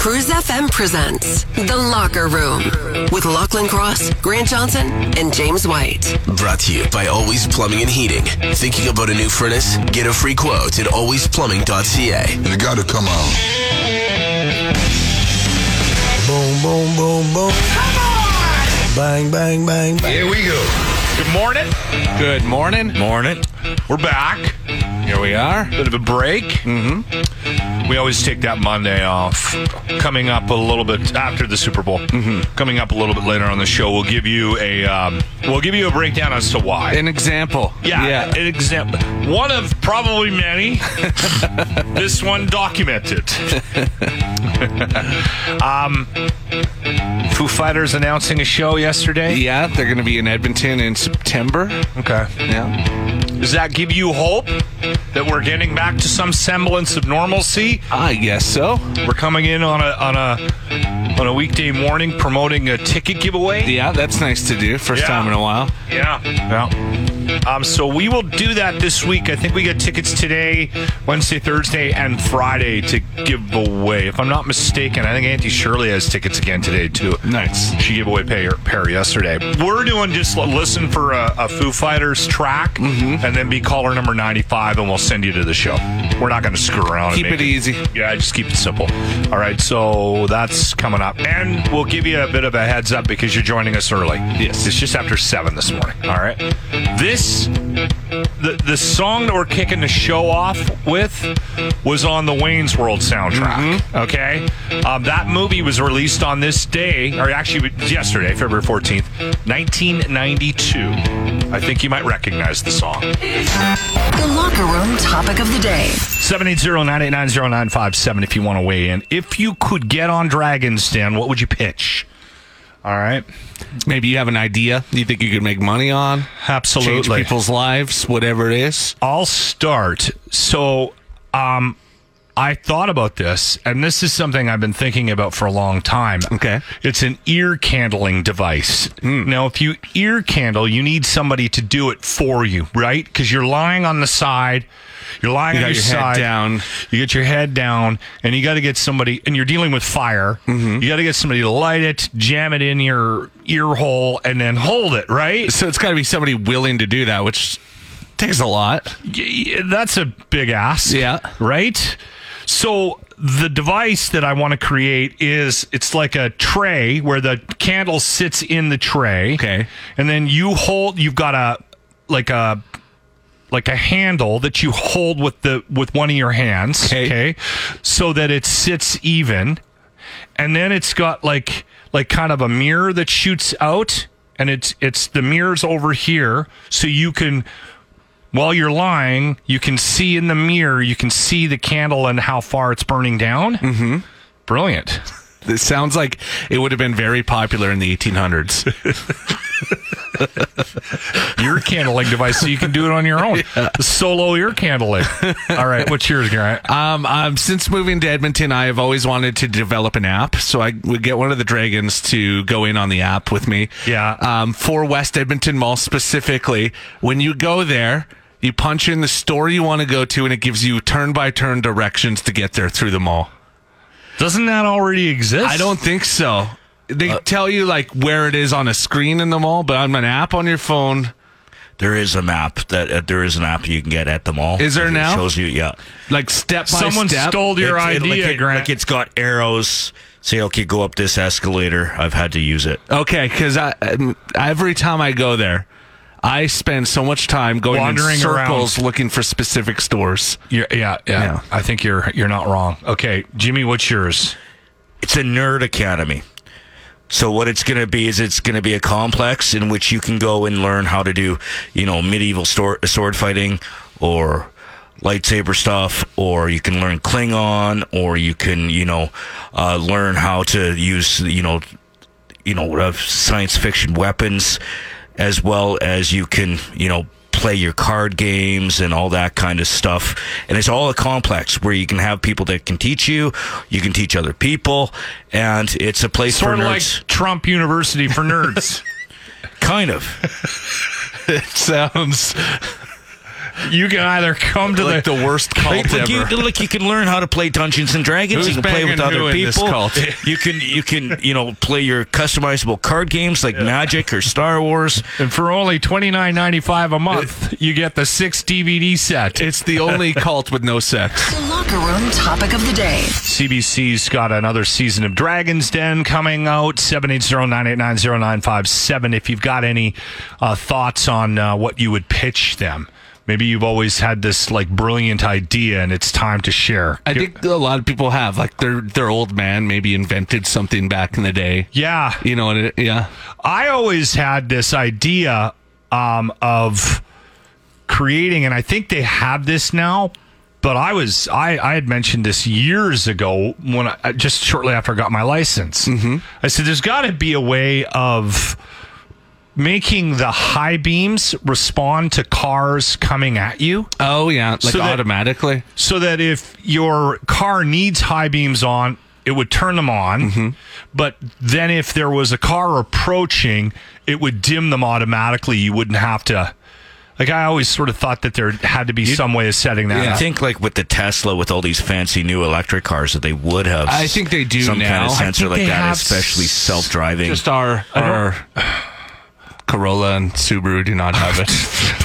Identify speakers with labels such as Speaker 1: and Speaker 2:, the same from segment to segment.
Speaker 1: Cruise FM presents The Locker Room with Lachlan Cross, Grant Johnson, and James White.
Speaker 2: Brought to you by Always Plumbing and Heating. Thinking about a new furnace? Get a free quote at alwaysplumbing.ca.
Speaker 3: You gotta come on.
Speaker 4: Boom, boom, boom, boom. Bang, bang, bang, bang.
Speaker 5: Here we go. Good morning.
Speaker 6: Good morning. Morning.
Speaker 5: We're back.
Speaker 6: Here we are.
Speaker 5: Bit of a break. Mm-hmm. We always take that Monday off. Coming up a little bit after the Super Bowl. Mm-hmm. Coming up a little bit later on the show, we'll give you a um, we'll give you a breakdown as to why.
Speaker 6: An example.
Speaker 5: yeah,
Speaker 6: Yeah.
Speaker 5: an example. One of probably many. this one documented. um, Foo Fighters announcing a show yesterday.
Speaker 6: Yeah, they're going to be in Edmonton in September.
Speaker 5: Okay.
Speaker 6: Yeah.
Speaker 5: Does that give you hope that we're getting back to some semblance of normalcy?
Speaker 6: I guess so.
Speaker 5: We're coming in on a on a on a weekday morning promoting a ticket giveaway.
Speaker 6: Yeah, that's nice to do. First
Speaker 5: Yeah.
Speaker 6: time in a while.
Speaker 5: Yeah. Yeah. Um, so we will do that this week. I think we got tickets today, Wednesday, Thursday, and Friday to give away. If I'm not mistaken, I think Auntie Shirley has tickets again today too.
Speaker 6: Nice.
Speaker 5: She gave away pair, pair yesterday. We're doing just l- listen for a, a Foo Fighters track,
Speaker 6: Mm-hmm.
Speaker 5: and then be caller number 95, and we'll send you to the show. We're not going to screw around. and
Speaker 6: Keep
Speaker 5: make
Speaker 6: it easy.
Speaker 5: yeah, just keep it simple. All right, so that's coming up. And we'll give you a bit of a heads up because you're joining us early.
Speaker 6: Yes.
Speaker 5: It's just after 7 this morning. All right. This, the, the song that we're kicking the show off with was on the Wayne's World soundtrack. Okay. Um, that movie was released on this day, or actually it was yesterday, February 14th, 1992. I think you might recognize the song.
Speaker 1: The Locker Room topic of the day.
Speaker 5: 780-989-0957 if you want to weigh in. If you could get on Dragons Den, what would you pitch? All right.
Speaker 6: Maybe you have an idea you think you could make money on,
Speaker 5: Absolutely.
Speaker 6: change people's lives, whatever it is.
Speaker 5: I'll start. So, um, I thought about this, and this is something I've been thinking about for a long time.
Speaker 6: Okay. Hmm.
Speaker 5: It's an ear candling device. Now, if you ear candle, you need somebody to do it for you, right? Because you're lying on the side. You're lying
Speaker 6: You
Speaker 5: on
Speaker 6: got
Speaker 5: your
Speaker 6: your head
Speaker 5: side.
Speaker 6: down.
Speaker 5: You get your head down, and you got to get somebody, and you're dealing with fire.
Speaker 6: Mm-hmm.
Speaker 5: You got to get somebody to light it, jam it in your ear hole, and then hold it, right?
Speaker 6: So it's got to be somebody willing to do that, which takes a lot.
Speaker 5: Y- y- that's a big ass.
Speaker 6: Yeah.
Speaker 5: Right? So the device that I want to create is it's like a tray where the candle sits in the tray.
Speaker 6: Okay.
Speaker 5: And then you hold you've got a like a like a handle that you hold with the with one of your hands,
Speaker 6: Okay.
Speaker 5: So that it sits even. And then it's got like like kind of a mirror that shoots out and it's it's the mirrors over here so you can while you're lying, you can see in the mirror, you can see the candle and how far it's burning down. Mm-hmm. Brilliant.
Speaker 6: This sounds like it would have been very popular in the 1800s.
Speaker 5: Ear candling device, so you can do it on your own. Solo ear candling. All right, what's yours, Garrett?
Speaker 6: Um, um, since moving to Edmonton, I have always wanted to develop an app. So I would get one of the dragons to go in on the app with me.
Speaker 5: Yeah.
Speaker 6: Um, for West Edmonton Mall specifically, when you go there, you punch in the store you want to go to, and it gives you turn by turn directions to get there through the mall.
Speaker 5: Doesn't that already exist?
Speaker 6: I don't think so. They tell you like where it is on a screen in the mall, but on an app on your phone,
Speaker 7: There is an app that uh, there is an app you can get at the mall.
Speaker 6: Is there
Speaker 7: It
Speaker 6: now?
Speaker 7: Shows you, yeah.
Speaker 6: like step by
Speaker 5: Someone
Speaker 6: step.
Speaker 5: stole your
Speaker 7: It's- it-
Speaker 5: idea,
Speaker 7: like, it,
Speaker 5: Grant.
Speaker 7: like it's got arrows. Say, okay, go up this escalator. I've had to use it.
Speaker 6: Okay, because I um, every time I go there, I spend so much time going
Speaker 5: Wandering
Speaker 6: in circles
Speaker 5: around.
Speaker 6: looking for specific stores.
Speaker 5: You're- yeah, yeah,
Speaker 6: Yeah.
Speaker 5: I think you're you're not wrong. Okay, Jimmy, what's yours?
Speaker 7: It's a nerd academy. So what it's going to be is it's going to be a complex in which you can go and learn how to do, you know, medieval stor- sword fighting or lightsaber stuff, or you can learn Klingon, or you can you know uh, learn how to use you know you know uh, science fiction weapons, as well as you can you know play your card games and all that kind of stuff. And it's all a complex where you can have people that can teach you, you can teach other people, and it's a place
Speaker 5: Sort
Speaker 7: for
Speaker 5: of like
Speaker 7: nerds.
Speaker 5: Trump University for nerds.
Speaker 7: kind of.
Speaker 6: It sounds
Speaker 5: you can either come to
Speaker 6: like the worst cult
Speaker 7: Like, like, you,
Speaker 6: ever.
Speaker 7: like you can learn how to play Dungeons and Dragons.
Speaker 6: Who's
Speaker 7: you can play
Speaker 6: banging
Speaker 7: with other
Speaker 6: who in this
Speaker 7: people.
Speaker 6: cult?
Speaker 7: You can you can you know play your customizable card games like Magic or Star Wars.
Speaker 5: And for only twenty nine ninety five a month, you get the six DVD set.
Speaker 6: It's the only cult with no sex.
Speaker 1: The locker room topic of the day.
Speaker 5: CBC's got another season of Dragon's Den coming out. 780-989-0957. If you've got any uh, thoughts on uh, what you would pitch them, maybe you've always had this like brilliant idea and it's time to share. Uh,
Speaker 6: I think a lot of people have like their their old man maybe invented something back in the day.
Speaker 5: Yeah,
Speaker 6: You know what? It, yeah.
Speaker 5: I always had this idea um, of creating, and I think they have this now. But I was I, I had mentioned this years ago when I uh, just shortly after I got my license. Mm-hmm. I said there's got to be a way of making the high beams respond to cars coming at you
Speaker 6: Oh yeah. Like
Speaker 5: So that-
Speaker 6: automatically.
Speaker 5: so that if your car needs high beams on, it would turn them on. But then if there was a car approaching, it would dim them automatically. You wouldn't have to. Like I always sort of thought that there had to be some way of setting that
Speaker 7: I
Speaker 5: up.
Speaker 7: think like with the Tesla with all these fancy new electric cars that they would have.
Speaker 6: I think they do
Speaker 7: some
Speaker 6: now.
Speaker 7: kind of
Speaker 6: I
Speaker 7: sensor
Speaker 5: think
Speaker 7: like
Speaker 5: they
Speaker 7: that,
Speaker 5: have
Speaker 7: especially
Speaker 5: s-
Speaker 7: self driving.
Speaker 6: Just our our Corolla and Subaru do not have it,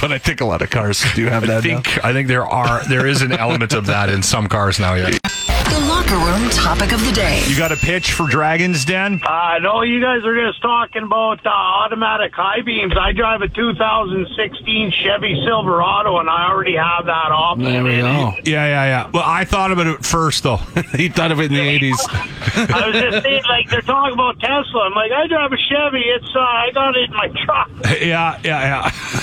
Speaker 6: but I think a lot of cars do have that.
Speaker 5: I think I think there are there is an element of that in some cars now. Yeah,
Speaker 1: The locker room topic of the day.
Speaker 5: you got a pitch for Dragons Den?
Speaker 3: Uh, no, you guys are just talking about uh, automatic high beams. I drive a 2016 Chevy Silverado, and I already have that option.
Speaker 6: There we go.
Speaker 5: Yeah, yeah, yeah. Well, I thought about it first though.
Speaker 6: He thought of it in the eighties.
Speaker 3: I was just saying, like, they're talking about Tesla. I'm like, I drive a Chevy. It's uh, I got it in my truck.
Speaker 5: yeah, yeah,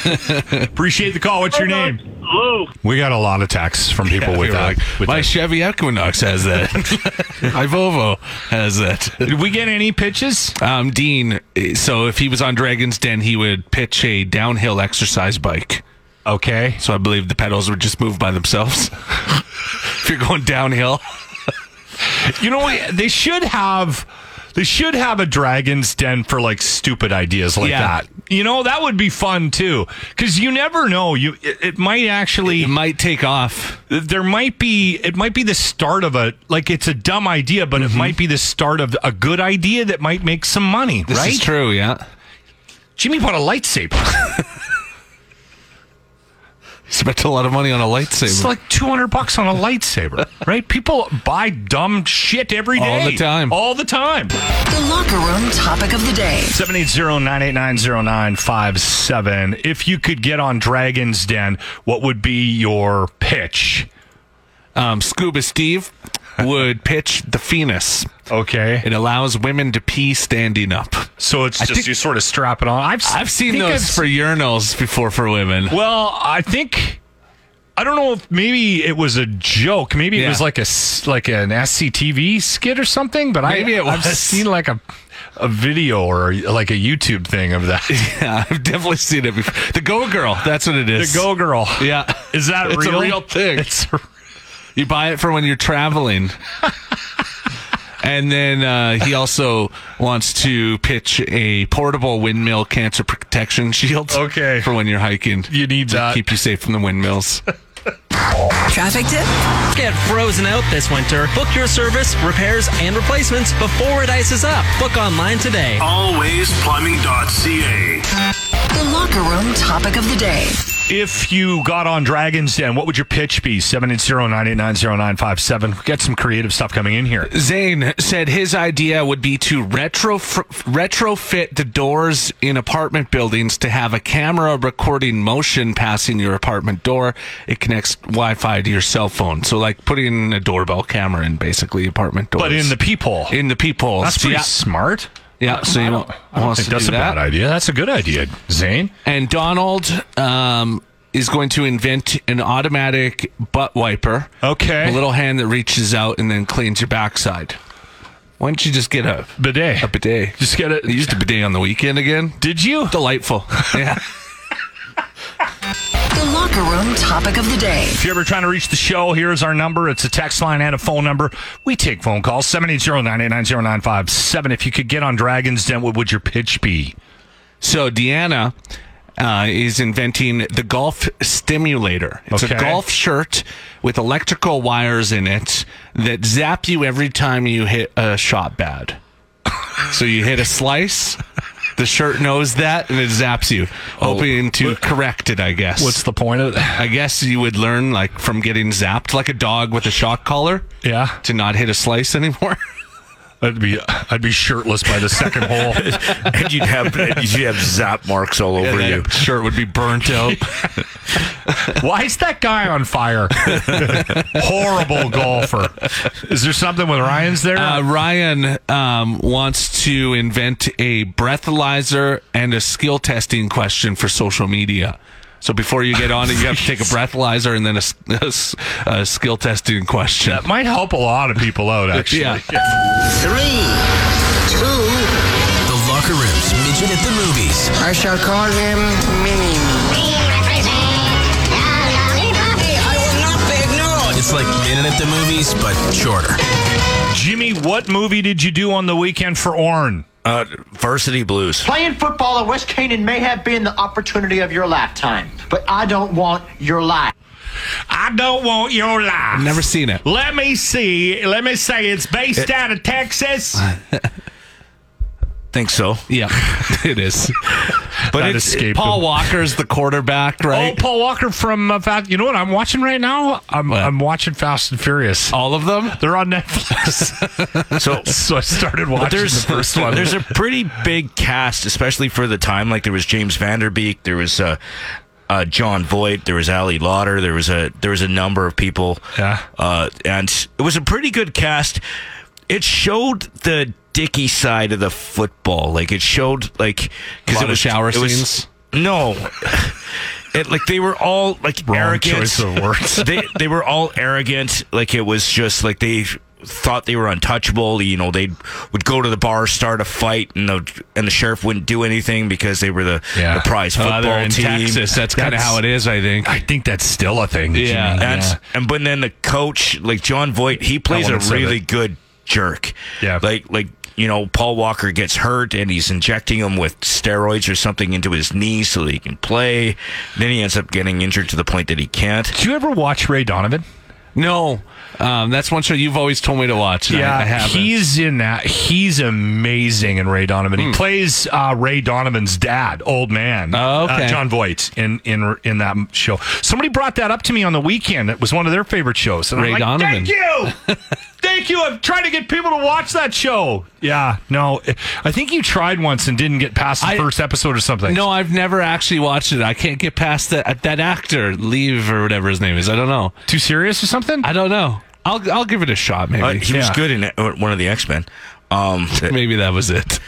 Speaker 5: yeah. Appreciate the call. What's your name?
Speaker 3: Lou.
Speaker 5: We got a lot of texts from people with that. with
Speaker 6: My
Speaker 5: that.
Speaker 6: Chevy Equinox has that. My Volvo has that.
Speaker 5: Did we get any pitches?
Speaker 6: Um, Dean, eh, so if he was on Dragon's Den, he would pitch a downhill exercise bike.
Speaker 5: Okay.
Speaker 6: So I believe the pedals would just move by themselves. if you're going downhill,
Speaker 5: You know what? They should have. They should have a dragon's den for like stupid ideas like
Speaker 6: Yeah.
Speaker 5: that. You know that would be fun too, because you never know. You it, it might actually
Speaker 6: it might take off.
Speaker 5: there might be it might be the start of a like it's a dumb idea, but
Speaker 6: Mm-hmm.
Speaker 5: it might be the start of a good idea that might make some money.
Speaker 6: This
Speaker 5: right?
Speaker 6: is true, yeah.
Speaker 5: Jimmy bought a lightsaber.
Speaker 6: Spent a lot of money on a lightsaber.
Speaker 5: it's like two hundred bucks on a lightsaber, right? People buy dumb shit every
Speaker 6: All
Speaker 5: day,
Speaker 6: the time.
Speaker 5: all the time.
Speaker 1: The locker room topic of the day.
Speaker 5: 780-989-0957. If you could get on Dragon's Den, what would be your pitch?
Speaker 6: um, Scuba Steve would pitch the Phoenix.
Speaker 5: Okay.
Speaker 6: It allows women to pee standing up.
Speaker 5: So it's just you sort of strap it on. I've s-
Speaker 6: I've seen
Speaker 5: think
Speaker 6: those
Speaker 5: I've s-
Speaker 6: for urinals before for women.
Speaker 5: Well, I think I don't know if maybe it was a joke. Maybe it
Speaker 6: Yeah.
Speaker 5: was like a s- like an SCTV skit or something, but
Speaker 6: Maybe
Speaker 5: I
Speaker 6: it
Speaker 5: I've
Speaker 6: was.
Speaker 5: seen like a a video or like a YouTube thing of that.
Speaker 6: Yeah, I've definitely seen it before. The Go Girl, that's what it
Speaker 5: the
Speaker 6: is.
Speaker 5: Go Girl.
Speaker 6: Yeah.
Speaker 5: Is that
Speaker 6: It's
Speaker 5: real?
Speaker 6: a real thing.
Speaker 5: It's a-
Speaker 6: You buy it for when you're traveling. and then uh, he also wants to pitch a portable windmill cancer protection shield.
Speaker 5: Okay.
Speaker 6: For when you're hiking.
Speaker 5: You need
Speaker 6: to
Speaker 5: that.
Speaker 6: keep you safe from the windmills.
Speaker 1: Traffic tip.
Speaker 8: Get frozen out this winter. Book your service, repairs, and replacements before it ices up. Book online today.
Speaker 9: Alwaysplumbing.ca.
Speaker 1: The locker room topic of the day.
Speaker 5: If you got on Dragons Den, what would your pitch be? 780-989-0957. Get some creative stuff coming in here.
Speaker 6: Zane said his idea would be to retro retrofit the doors in apartment buildings to have a camera recording motion passing your apartment door. It connects Wi-Fi to your cell phone, so like putting a doorbell camera in basically apartment doors.
Speaker 5: But in the people.
Speaker 6: in the peepholes.
Speaker 5: that's pretty
Speaker 6: yeah,
Speaker 5: smart.
Speaker 6: yeah. So you
Speaker 5: I
Speaker 6: don't,
Speaker 5: don't, I don't
Speaker 6: want us
Speaker 5: think
Speaker 6: to
Speaker 5: that's
Speaker 6: do
Speaker 5: a
Speaker 6: that.
Speaker 5: bad idea. That's a good idea, Zane.
Speaker 6: And Donald um, is going to invent an automatic butt wiper.
Speaker 5: Okay.
Speaker 6: A little hand that reaches out and then cleans your backside. Why don't you just get a
Speaker 5: Bidet.
Speaker 6: A bidet.
Speaker 5: Just get it.
Speaker 6: I used a bidet on the weekend again.
Speaker 5: Did you?
Speaker 6: Delightful. Yeah.
Speaker 1: The locker room topic of the day.
Speaker 5: If you're ever trying to reach the show, here's our number. It's a text line and a phone number. We take phone calls 780-989-0957. If you could get on Dragon's Den, what would your pitch be?
Speaker 6: So Deanna uh, is inventing the golf stimulator. It's
Speaker 5: Okay.
Speaker 6: a golf shirt with electrical wires in it that zap you every time you hit a shot bad. so you hit a slice. The shirt knows that and it zaps you, hoping to correct it. I guess.
Speaker 5: Oh, What's the point of
Speaker 6: I guess you would learn like from getting zapped, like a dog with a shock collar,
Speaker 5: Yeah.
Speaker 6: to not hit a slice anymore.
Speaker 5: I'd be I'd be shirtless by the second hole.
Speaker 7: and you'd have you'd have zap marks all over
Speaker 6: and
Speaker 7: you.
Speaker 6: that shirt would be burnt out.
Speaker 5: Why is that guy on fire? Horrible golfer. Is there something with Ryan's there?
Speaker 6: Uh, Ryan um, wants to invent a breathalyzer and a skill testing question for social media. So before you get on it, you have to take a breathalyzer and then a s- a, s- a skill testing question.
Speaker 5: that might help a lot of people out, actually.
Speaker 6: Yeah.
Speaker 2: Three, two. The Locker Room's Midget at the Movies.
Speaker 9: I shall call him Mini
Speaker 2: It's like Minute at the Movies, but shorter.
Speaker 5: Jimmy, what movie did you do on the weekend for Orn?
Speaker 7: Uh, Varsity Blues.
Speaker 9: Playing football at West Canaan may have been the opportunity of your lifetime, but I don't want your life.
Speaker 5: I don't want your life.
Speaker 6: Never seen it.
Speaker 5: Let me see. Let me say it's based out of Texas.
Speaker 7: Think so,
Speaker 6: Yeah, it is.
Speaker 7: but
Speaker 5: That
Speaker 7: it's
Speaker 5: escaped
Speaker 6: Paul
Speaker 5: him.
Speaker 6: Walker's the quarterback,
Speaker 5: Oh,
Speaker 6: right?
Speaker 5: Paul Walker from uh, Fast. You know what I'm watching right now? I'm
Speaker 6: What? Oh.
Speaker 5: I'm watching Fast and Furious.
Speaker 6: All of them.
Speaker 5: They're on Netflix,
Speaker 7: so.
Speaker 5: so I started watching
Speaker 7: There's
Speaker 5: the first one.
Speaker 7: There's a pretty big cast, especially for the time. Like there was James Vanderbeek, there was uh, uh, John Voight, there was Ali Lauder, there was a there was a number of people.
Speaker 5: Yeah.
Speaker 7: uh, and it was a pretty good cast. It showed the dicky side of the football. Like it showed like
Speaker 6: A lot
Speaker 7: it
Speaker 6: of shower
Speaker 7: it was-
Speaker 6: scenes?
Speaker 7: No. It, like they were all like
Speaker 5: Wrong
Speaker 7: arrogant
Speaker 5: choice of words.
Speaker 7: they they were all arrogant. Like it was just like they thought they were untouchable. You know, they would go to the bar, start a fight, and the and the sheriff wouldn't do anything because they were the, the prize
Speaker 6: Uh,
Speaker 7: football
Speaker 6: they're in
Speaker 7: team.
Speaker 6: Texas. That's kind of
Speaker 5: That's-
Speaker 6: how it is, I think.
Speaker 5: I think that's still a thing.
Speaker 6: Yeah.
Speaker 5: Jimmy.
Speaker 7: And and but then the coach, like John Voight, he plays
Speaker 5: I
Speaker 7: a
Speaker 5: wanna say
Speaker 7: really
Speaker 5: that.
Speaker 7: good jerk.
Speaker 5: Yeah.
Speaker 7: Like like you know, Paul Walker gets hurt and he's injecting him with steroids or something into his knee so that he can play. Then he ends up getting injured to the point that he can't.
Speaker 5: Did you ever watch Ray Donovan?
Speaker 6: No, um, that's one show you've always told me to watch. and I- I, haven't.
Speaker 5: he's in that. He's amazing in Ray Donovan.
Speaker 6: Hmm.
Speaker 5: He plays uh, Ray Donovan's dad, old man,
Speaker 6: Oh, okay.
Speaker 5: uh, John Voight, in in in that show. Somebody brought that up to me on the weekend. It was one of their favorite shows. And I'm
Speaker 6: Ray
Speaker 5: like,
Speaker 6: Donovan.
Speaker 5: Thank you, thank you. I'm trying to get people to watch that show. Yeah, no, I think you tried once and didn't get past the
Speaker 6: I-
Speaker 5: first episode or something.
Speaker 6: No, I've never actually watched it. I can't get past that that actor, Leave or whatever his name is. I don't know.
Speaker 5: too serious or something.
Speaker 6: I don't know. I'll I'll give it a shot. Maybe
Speaker 7: Uh, he was
Speaker 5: Yeah.
Speaker 7: good in it- uh, one of the X Men. Um,
Speaker 6: maybe that was it.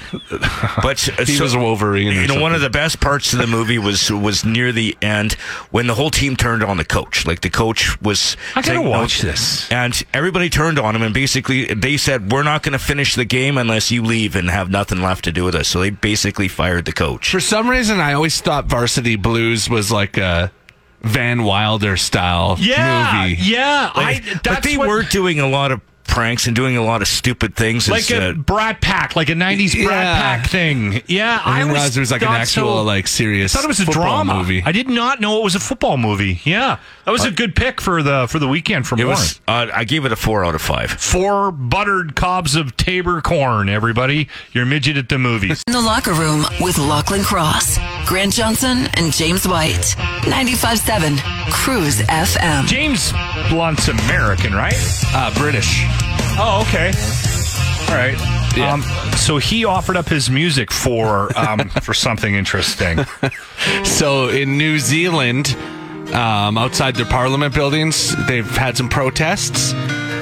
Speaker 7: but uh,
Speaker 6: He was Wolverine. or
Speaker 7: You know,
Speaker 6: something.
Speaker 7: one of the best parts of the movie was was near the end when the whole team turned on the coach. Like the coach was.
Speaker 5: I gotta
Speaker 7: saying, "No,"
Speaker 5: watch this.
Speaker 7: And everybody turned on him, and basically they said, "We're not going to finish the game unless you leave and have nothing left to do with us." So they basically fired the coach.
Speaker 6: For some reason, I always thought Varsity Blues was like a Van Wilder style
Speaker 5: yeah,
Speaker 6: movie.
Speaker 5: yeah. I,
Speaker 7: Like,
Speaker 5: that's
Speaker 7: but they
Speaker 5: what-
Speaker 7: were doing a lot of pranks and doing a lot of stupid things.
Speaker 5: like
Speaker 7: It's,
Speaker 5: a
Speaker 7: uh,
Speaker 5: Brat Pack, like a '90s Brat
Speaker 6: Yeah.
Speaker 5: Pack thing. Yeah,
Speaker 6: I didn't
Speaker 5: always
Speaker 6: realize it was like an
Speaker 5: thought
Speaker 6: actual
Speaker 5: so-
Speaker 6: like serious.
Speaker 5: I thought it was a
Speaker 6: football
Speaker 5: drama
Speaker 6: movie.
Speaker 5: I did not know it was a football movie. Yeah, that was a good pick for the for the weekend for
Speaker 7: it
Speaker 5: Warren.
Speaker 7: was. Uh, I gave it a four out of five.
Speaker 5: Four buttered cobs of Tabor corn, everybody. Your midget at the movies.
Speaker 1: In the locker room with Lachlan Cross, Grant Johnson, and James White. 95.7 Cruise FM.
Speaker 5: James Blunt's American, right?
Speaker 6: uh, British.
Speaker 5: Oh, okay. All right.
Speaker 6: Yeah.
Speaker 5: Um, so he offered up his music for um, for something interesting.
Speaker 6: So in New Zealand, um, outside their parliament buildings, they've had some protests,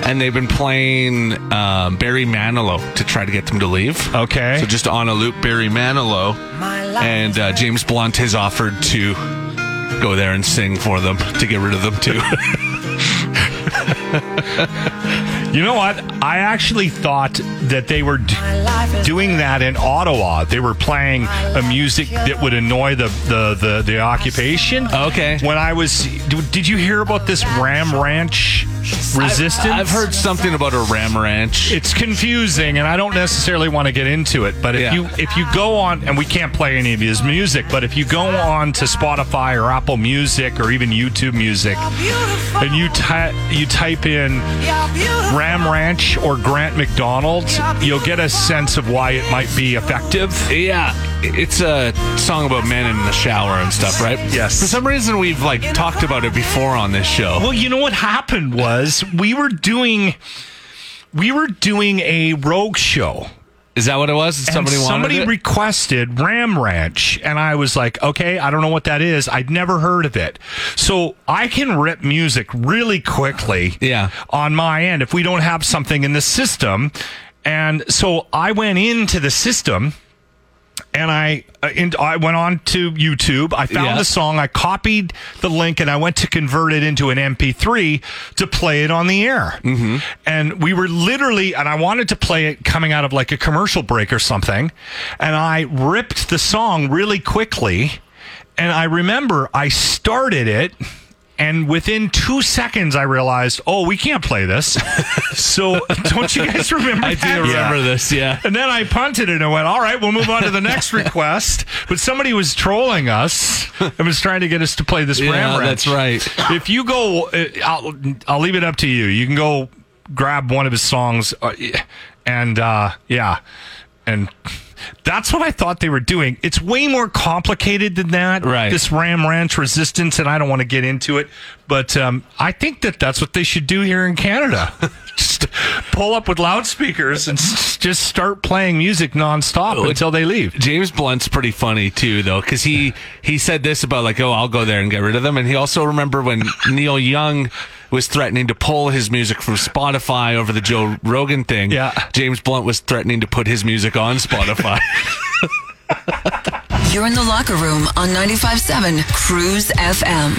Speaker 6: and they've been playing um, Barry Manilow to try to get them to leave.
Speaker 5: Okay.
Speaker 6: So just on a loop, Barry Manilow, and uh, James Blunt has offered to go there and sing for them to get rid of them too.
Speaker 5: You know what? I actually thought that they were d- doing that in Ottawa. They were playing a music that would annoy the the the, the occupation.
Speaker 6: Okay.
Speaker 5: When I was, d- did you hear about this Ram Ranch resistance?
Speaker 6: I've heard something about a ram ranch.
Speaker 5: It's confusing, and I don't necessarily want to get into it. But if
Speaker 6: Yeah.
Speaker 5: you if you go on, and we can't play any of his music, but if you go on to Spotify or Apple Music or even YouTube Music, and you ty- you type in Ram Ranch or Grant McDonald's, you'll get a sense of why it might be effective.
Speaker 6: Yeah, it's a song about men in the shower and stuff, right?
Speaker 5: Yes.
Speaker 6: For some reason, we've like talked about it before on this show.
Speaker 5: Well, you know what happened was we were doing we were doing a rogue show.
Speaker 6: Is that what it was?
Speaker 5: And
Speaker 6: Somebody wanted
Speaker 5: somebody
Speaker 6: it?
Speaker 5: requested Ram Ranch, and I was like, okay, I don't know what that is. I'd never heard of it. So I can rip music really quickly
Speaker 6: Yeah.
Speaker 5: on my end if we don't have something in the system. And so I went into the system and I uh, in, I went on to YouTube. I found
Speaker 6: Yeah.
Speaker 5: the song. I copied the link and I went to convert it into an MP3 to play it on the air. Mm-hmm. And we were literally, and I wanted to play it coming out of like a commercial break or something. And I ripped the song really quickly. And I remember I started it. And within two seconds, I realized, oh, we can't play this. so, don't you guys remember?
Speaker 6: I do
Speaker 5: that?
Speaker 6: remember this. Yeah.
Speaker 5: And then I punted it and went, all right, we'll move on to the next request. But somebody was trolling us and was trying to get us to play this
Speaker 6: Yeah,
Speaker 5: Ram Ranch.
Speaker 6: that's right.
Speaker 5: If you go, uh, I'll, I'll leave it up to you. You can go grab one of his songs uh, and, uh, yeah. And that's what I thought they were doing. It's way more complicated than that.
Speaker 6: Right.
Speaker 5: This Ram Ranch resistance, and I don't want to get into it, but um, I think that that's what they should do here in Canada. just pull up with loudspeakers and s- just start playing music nonstop
Speaker 6: Oh, it-
Speaker 5: until they leave.
Speaker 6: James Blunt's pretty funny too, though, because he he said this about like, oh, I'll go there and get rid of them, and he also remember when Neil Young was threatening to pull his music from Spotify over the Joe Rogan thing.
Speaker 5: Yeah.
Speaker 6: James Blunt was threatening to put his music on Spotify.
Speaker 1: You're in the locker room on 95.7 Cruise FM.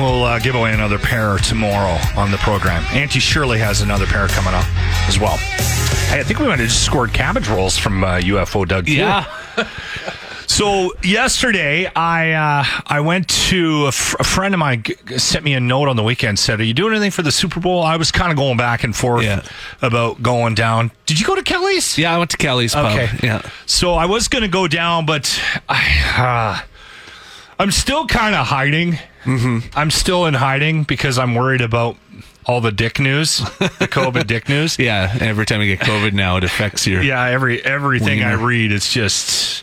Speaker 5: We'll uh, give away another pair tomorrow on the program. Auntie Shirley has another pair coming up as well. Hey, I think we might have just scored cabbage rolls from uh, UFO Doug. too. So yesterday, I uh, I went to a, fr- a friend of mine g- g- sent me a note on the weekend. Said, "Are you doing anything for the Super Bowl?" I was kind of going back and forth
Speaker 6: Yeah.
Speaker 5: about going down. Did you go to Kelly's?
Speaker 6: yeah. I went to Kelly's pub.
Speaker 5: Okay.
Speaker 6: Yeah.
Speaker 5: So I was going to go down, but I, uh, I'm still kind of hiding. Mm-hmm. I'm still in hiding because I'm worried about all the dick news, the COVID dick news.
Speaker 6: Yeah. Every time you get COVID now, it affects your.
Speaker 5: Yeah, every everything I
Speaker 6: Wiener.
Speaker 5: read, it's just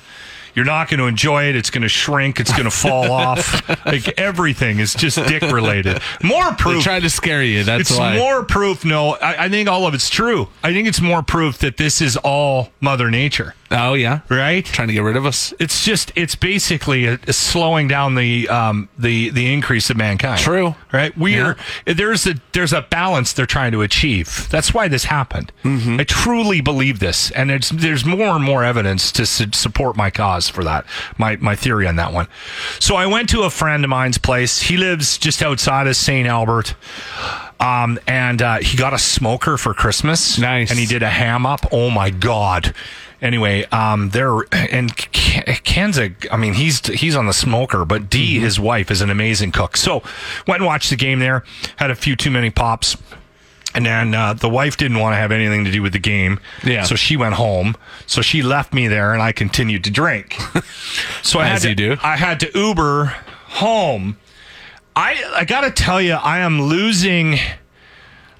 Speaker 5: you're not going to enjoy it. It's going to shrink. It's going to fall off. Like everything is just dick related. More
Speaker 6: They
Speaker 5: proof.
Speaker 6: try to scare you. That's
Speaker 5: it's
Speaker 6: why.
Speaker 5: more proof. No, I, I think all of it's true. I think it's more proof that this is all Mother Nature,
Speaker 6: oh yeah.
Speaker 5: right?
Speaker 6: Trying to get rid of us.
Speaker 5: It's just it's basically a, a slowing down the um the the increase of mankind.
Speaker 6: True.
Speaker 5: Right. We are there's a there's a balance they're trying to achieve. That's why this happened. I truly believe this, and it's there's more and more evidence to su- support my cause for that. My my theory on that one. So I went to a friend of mine's place. He lives just outside of St. Albert. Um, and uh, he got a smoker for Christmas.
Speaker 6: Nice.
Speaker 5: And he did a ham up. Oh my god. Anyway, um, there and K- Kenza. I mean, he's he's on the smoker, but Dee,
Speaker 6: Mm-hmm.
Speaker 5: his wife, is an amazing cook. So went and watched the game there. Had a few too many pops. And then uh, the wife didn't want to have anything to do with the game.
Speaker 6: Yeah.
Speaker 5: So she went home. So she left me there and I continued to drink. so I
Speaker 6: As
Speaker 5: had
Speaker 6: you
Speaker 5: to,
Speaker 6: do.
Speaker 5: I had to Uber home. I I got to tell you I am losing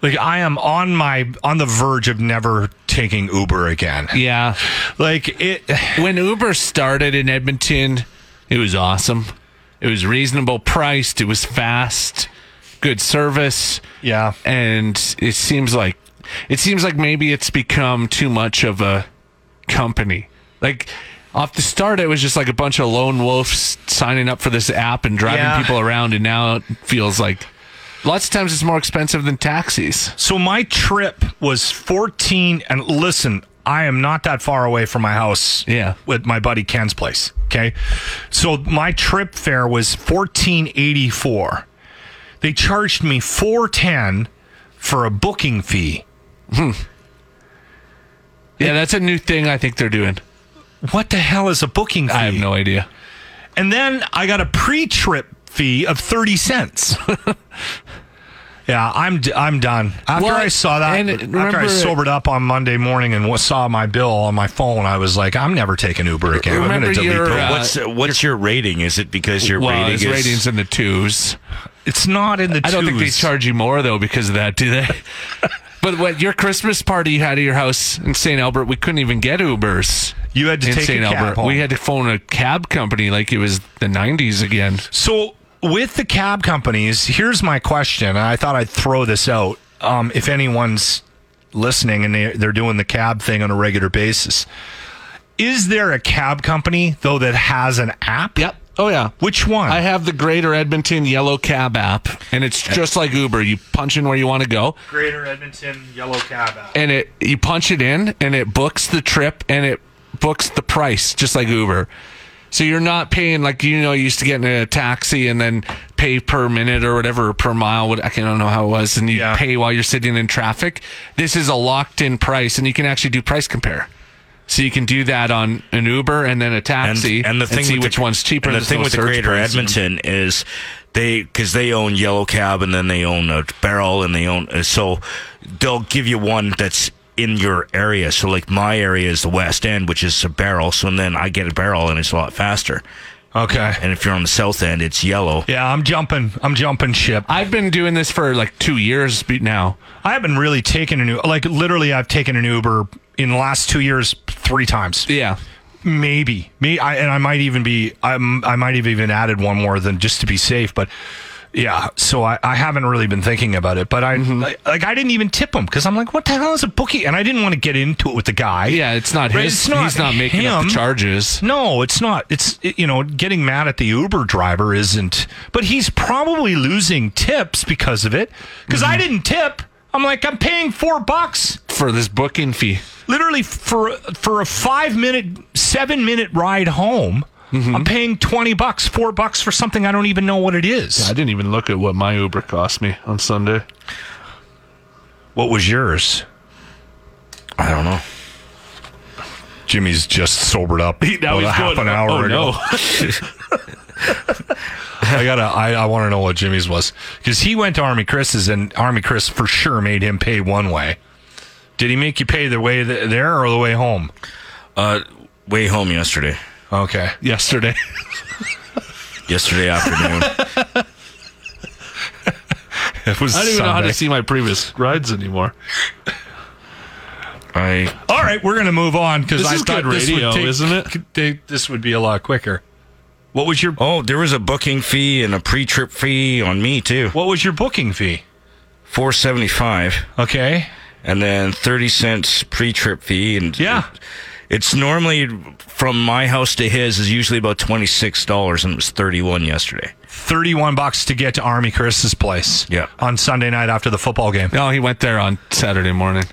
Speaker 5: like I am on my on the verge of never taking Uber again.
Speaker 6: Yeah.
Speaker 5: Like it
Speaker 6: When Uber started in Edmonton, it was awesome. It was reasonable priced. It was fast. Good service.
Speaker 5: yeah.
Speaker 6: and it seems like it seems like maybe it's become too much of a company. Like off the start, it was just like a bunch of lone wolves signing up for this app and driving
Speaker 5: Yeah.
Speaker 6: people around, and now it feels like lots of times it's more expensive than taxis.
Speaker 5: So my trip was 14 and listen, I am not that far away from my house
Speaker 6: Yeah.
Speaker 5: with my buddy Ken's place. Okay. So my trip fare was 1484. They charged me 410 for a booking fee.
Speaker 6: Yeah, that's a new thing I think they're doing.
Speaker 5: What the hell is a booking fee?
Speaker 6: I have no idea.
Speaker 5: And then I got a pre-trip fee of 30 cents. yeah, I'm d- I'm done. After
Speaker 6: Well,
Speaker 5: I saw that,
Speaker 6: and
Speaker 5: after I
Speaker 6: remember-
Speaker 5: sobered up on Monday morning and wa- saw my bill on my phone, I was like, I'm never taking Uber again. I'm going
Speaker 6: Remember
Speaker 5: to delete
Speaker 6: your,
Speaker 5: the
Speaker 6: uh,
Speaker 7: what's what's your rating? Is it because your
Speaker 6: well,
Speaker 7: rating
Speaker 6: his
Speaker 7: is
Speaker 6: ratings in the twos.
Speaker 5: It's not in the
Speaker 6: I don't think they
Speaker 5: twos.
Speaker 6: charge you more though because of that, do they? but what your Christmas party you had at your house in St. Albert, we couldn't even get Ubers.
Speaker 5: You had to
Speaker 6: in
Speaker 5: take a
Speaker 6: St.
Speaker 5: cab
Speaker 6: Albert.
Speaker 5: home.
Speaker 6: We had to phone a cab company like it was the '90s again.
Speaker 5: So with the cab companies, here's my question. and I thought I'd throw this out. Um, if anyone's listening and they, they're doing the cab thing on a regular basis, is there a cab company though that has an app?
Speaker 6: Yep. Oh yeah.
Speaker 5: Which one?
Speaker 6: I have the Greater Edmonton Yellow Cab app, and it's just like Uber. You punch in where you want to go,
Speaker 5: Greater Edmonton Yellow Cab app.
Speaker 6: and it you punch it in, and it books the trip, and it books the price, just like Uber. So you're not paying like you know you used to get in a taxi and then pay per minute or whatever or per mile. What I can- I don't know how it was, and you
Speaker 5: Yeah.
Speaker 6: pay while you're sitting in traffic. This is a locked in price, and you can actually do price compare. So you can do that on an Uber and then a
Speaker 7: and,
Speaker 6: taxi,
Speaker 7: and the thing
Speaker 6: see
Speaker 7: with
Speaker 6: which
Speaker 7: the,
Speaker 6: one's cheaper.
Speaker 7: And the
Speaker 6: there's
Speaker 7: thing
Speaker 6: no
Speaker 7: with the
Speaker 6: search
Speaker 7: Greater
Speaker 6: price.
Speaker 7: Edmonton is they because they own Yellow Cab and then they own a barrel and they own uh, so they'll give you one that's in your area. So like my area is the West End, which is a barrel. So then I get a barrel and it's a lot faster.
Speaker 5: Okay.
Speaker 7: And if you're on the South End, it's Yellow.
Speaker 5: Yeah, I'm jumping. I'm jumping ship.
Speaker 6: I've been doing this for like two years be- now.
Speaker 5: I haven't really taken an Uber. Like literally, I've taken an Uber in the last two years three times.
Speaker 6: Yeah.
Speaker 5: maybe me I, and i might even be I'm, i might have even added one more than just to be safe but yeah so i, I haven't really been thinking about it but i
Speaker 6: Mm-hmm.
Speaker 5: like, like i didn't even tip him because i'm like what the hell is a bookie and i didn't want to get into it with the guy
Speaker 6: Yeah, it's not
Speaker 5: Right,
Speaker 6: his.
Speaker 5: it's not
Speaker 6: he's not making up
Speaker 5: him.
Speaker 6: the charges.
Speaker 5: no it's not it's it- you know getting mad at the uber driver isn't but he's probably losing tips because of it because
Speaker 6: Mm-hmm.
Speaker 5: i didn't tip i'm like i'm paying four bucks
Speaker 6: For this booking fee.
Speaker 5: literally for for a five minute, seven minute ride home. I'm paying twenty bucks, four bucks for something I don't even know what it is.
Speaker 6: I didn't even look at what my Uber cost me on Sunday.
Speaker 5: What was yours?
Speaker 7: I don't know.
Speaker 5: Jimmy's just sobered up. about a half an
Speaker 6: Oh,
Speaker 5: hour ago. I gotta. I, I want to know what Jimmy's was because he went to Army Chris's and Army Chris for sure made him pay one way. Did he make you pay the way th- there or the way home?
Speaker 7: Uh, way home yesterday.
Speaker 5: Okay.
Speaker 6: Yesterday.
Speaker 7: Yesterday afternoon.
Speaker 5: It was
Speaker 6: I don't even know how
Speaker 5: Sunday.
Speaker 6: to see my previous rides anymore.
Speaker 7: I
Speaker 5: All right, we're gonna move on because
Speaker 6: This
Speaker 5: I
Speaker 6: is
Speaker 5: thought
Speaker 6: good
Speaker 5: this
Speaker 6: radio,
Speaker 5: would take,
Speaker 6: isn't it?
Speaker 5: could take- This would be a lot quicker. What was your
Speaker 7: oh, there was a booking fee and a pre-trip fee on me too.
Speaker 5: What was your booking fee?
Speaker 7: Four seventy-five.
Speaker 5: Okay.
Speaker 7: and then 30 cents pre-trip fee and
Speaker 5: Yeah.
Speaker 7: it's normally from my house to his is usually about $26 and it was 31 yesterday
Speaker 5: 31 bucks to get to Army Chris's place.
Speaker 7: Yeah.
Speaker 5: On Sunday night after the football game.
Speaker 6: No, he went there on Saturday morning.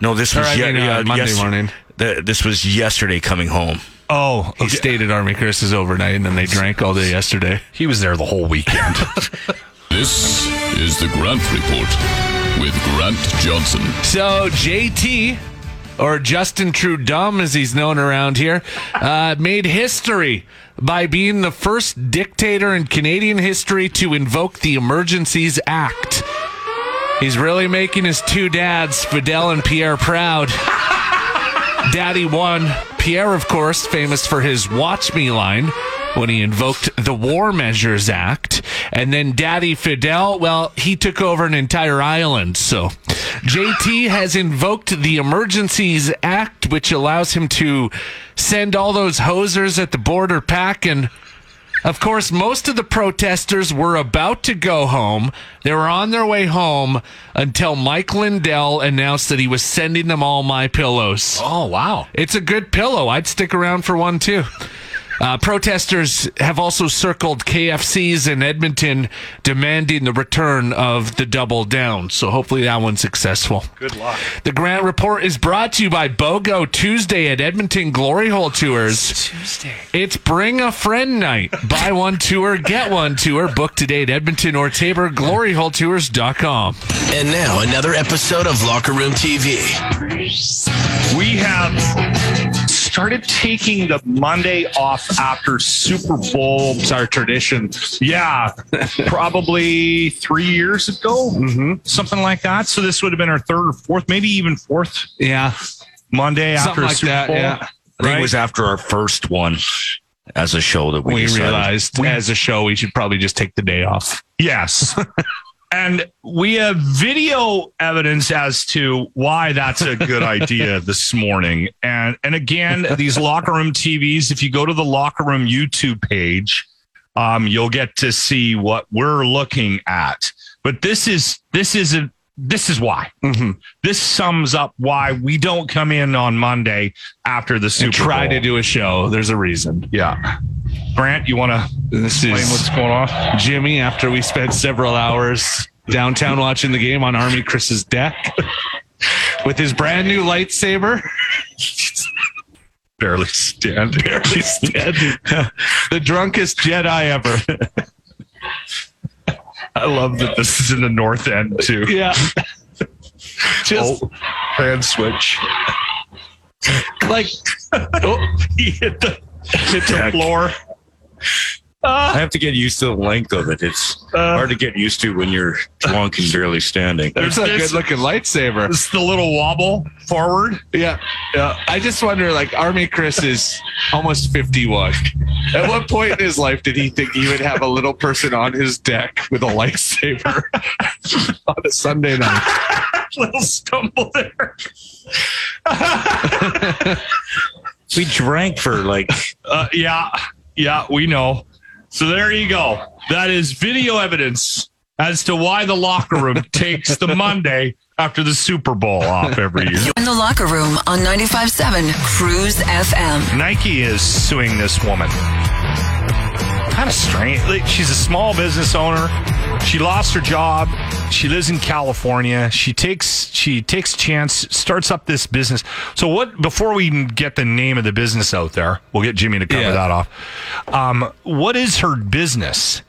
Speaker 7: no this was
Speaker 6: Or, I
Speaker 7: ye-
Speaker 6: mean, uh,
Speaker 7: yeah,
Speaker 6: Monday morning.
Speaker 7: th- this was yesterday coming home
Speaker 5: Oh,
Speaker 6: He stayed at Army Chris's overnight and then they drank all day yesterday.
Speaker 5: He was there the whole weekend.
Speaker 10: This is the Grant Report with Grant Johnson.
Speaker 6: So JT, or Justin Trudeau, as he's known around here, uh, made history by being the first dictator in Canadian history to invoke the Emergencies Act. He's really making his two dads, Fidel and Pierre, proud. Daddy won. Pierre, of course, famous for his Watch Me line when he invoked the War Measures Act. And then Daddy Fidel, well, he took over an entire island. So JT has invoked the Emergencies Act, which allows him to send all those hosers at the border packing. Of course, most of the protesters were about to go home. They were on their way home until Mike Lindell announced that he was sending them all my pillows.
Speaker 5: oh, wow.
Speaker 6: It's a good pillow. I'd stick around for one too. Uh, protesters have also circled KFCs in Edmonton, demanding the return of the double down. So hopefully that one's successful.
Speaker 5: Good luck.
Speaker 6: The Grant Report is brought to you by BOGO Tuesday at Edmonton Glory Hole Tours. Tuesday. It's Bring a Friend Night. Buy one tour, get one tour. Book today at Edmonton or Tabor, gloryholetours.com.
Speaker 2: And now another episode of Locker Room TV.
Speaker 5: We have started taking the Monday off after Super Bowl. It's our tradition. Yeah, probably three years ago,
Speaker 7: Mm-hmm.
Speaker 5: something like that. So this would have been our third or fourth, maybe even fourth.
Speaker 6: Yeah,
Speaker 5: Monday
Speaker 7: Something
Speaker 5: after
Speaker 7: like
Speaker 5: Super
Speaker 7: that,
Speaker 5: Bowl.
Speaker 7: yeah. I think it was after our first one as a show that we,
Speaker 6: We
Speaker 7: decided-
Speaker 6: realized as a show we should probably just take the day off.
Speaker 5: Yes. and we have video evidence as to why that's a good idea this morning. And and again, these locker room TVs, if you go to the locker room YouTube page, um, you'll get to see what we're looking at. But this is this is a this is why.
Speaker 6: Mm-hmm.
Speaker 5: This sums up why we don't come in on Monday after the Super
Speaker 6: try
Speaker 5: Bowl.
Speaker 6: to do a show. There's a reason.
Speaker 5: Yeah. Grant, you want to explain
Speaker 6: is-
Speaker 5: what's going on?
Speaker 6: Jimmy, after we spent several hours downtown watching the game on Army Chris's deck with his brand new lightsaber.
Speaker 5: Barely stand.
Speaker 6: Barely standing. the drunkest Jedi ever.
Speaker 5: I love that this is in the north end too.
Speaker 6: Yeah.
Speaker 5: Just hand switch.
Speaker 6: Like
Speaker 5: oh, he hit the hit the floor.
Speaker 7: I have to get used to the length of it. It's hard to get used to when you're drunk and barely standing.
Speaker 6: There's a good looking lightsaber.
Speaker 5: It's the little wobble forward.
Speaker 6: Yeah. yeah. I just wonder like Army Chris is almost 51. At what point in his life did he think he would have a little person on his deck with a lightsaber on a Sunday night?
Speaker 5: little stumble there.
Speaker 7: We drank for like
Speaker 5: Uh, yeah, yeah, we know. So there you go. That is video evidence as to why the locker room takes the Monday after the Super Bowl off every year.
Speaker 1: In the locker room on 95.7 Cruise FM.
Speaker 5: Nike is suing this woman. Kind of strange. Like, she's a small business owner. She lost her job. She lives in California. She takes she takes chance, starts up this business. So what? Before we even get the name of the business out there, we'll get Jimmy to cover
Speaker 6: Yeah.
Speaker 5: that off. Um, what is her business?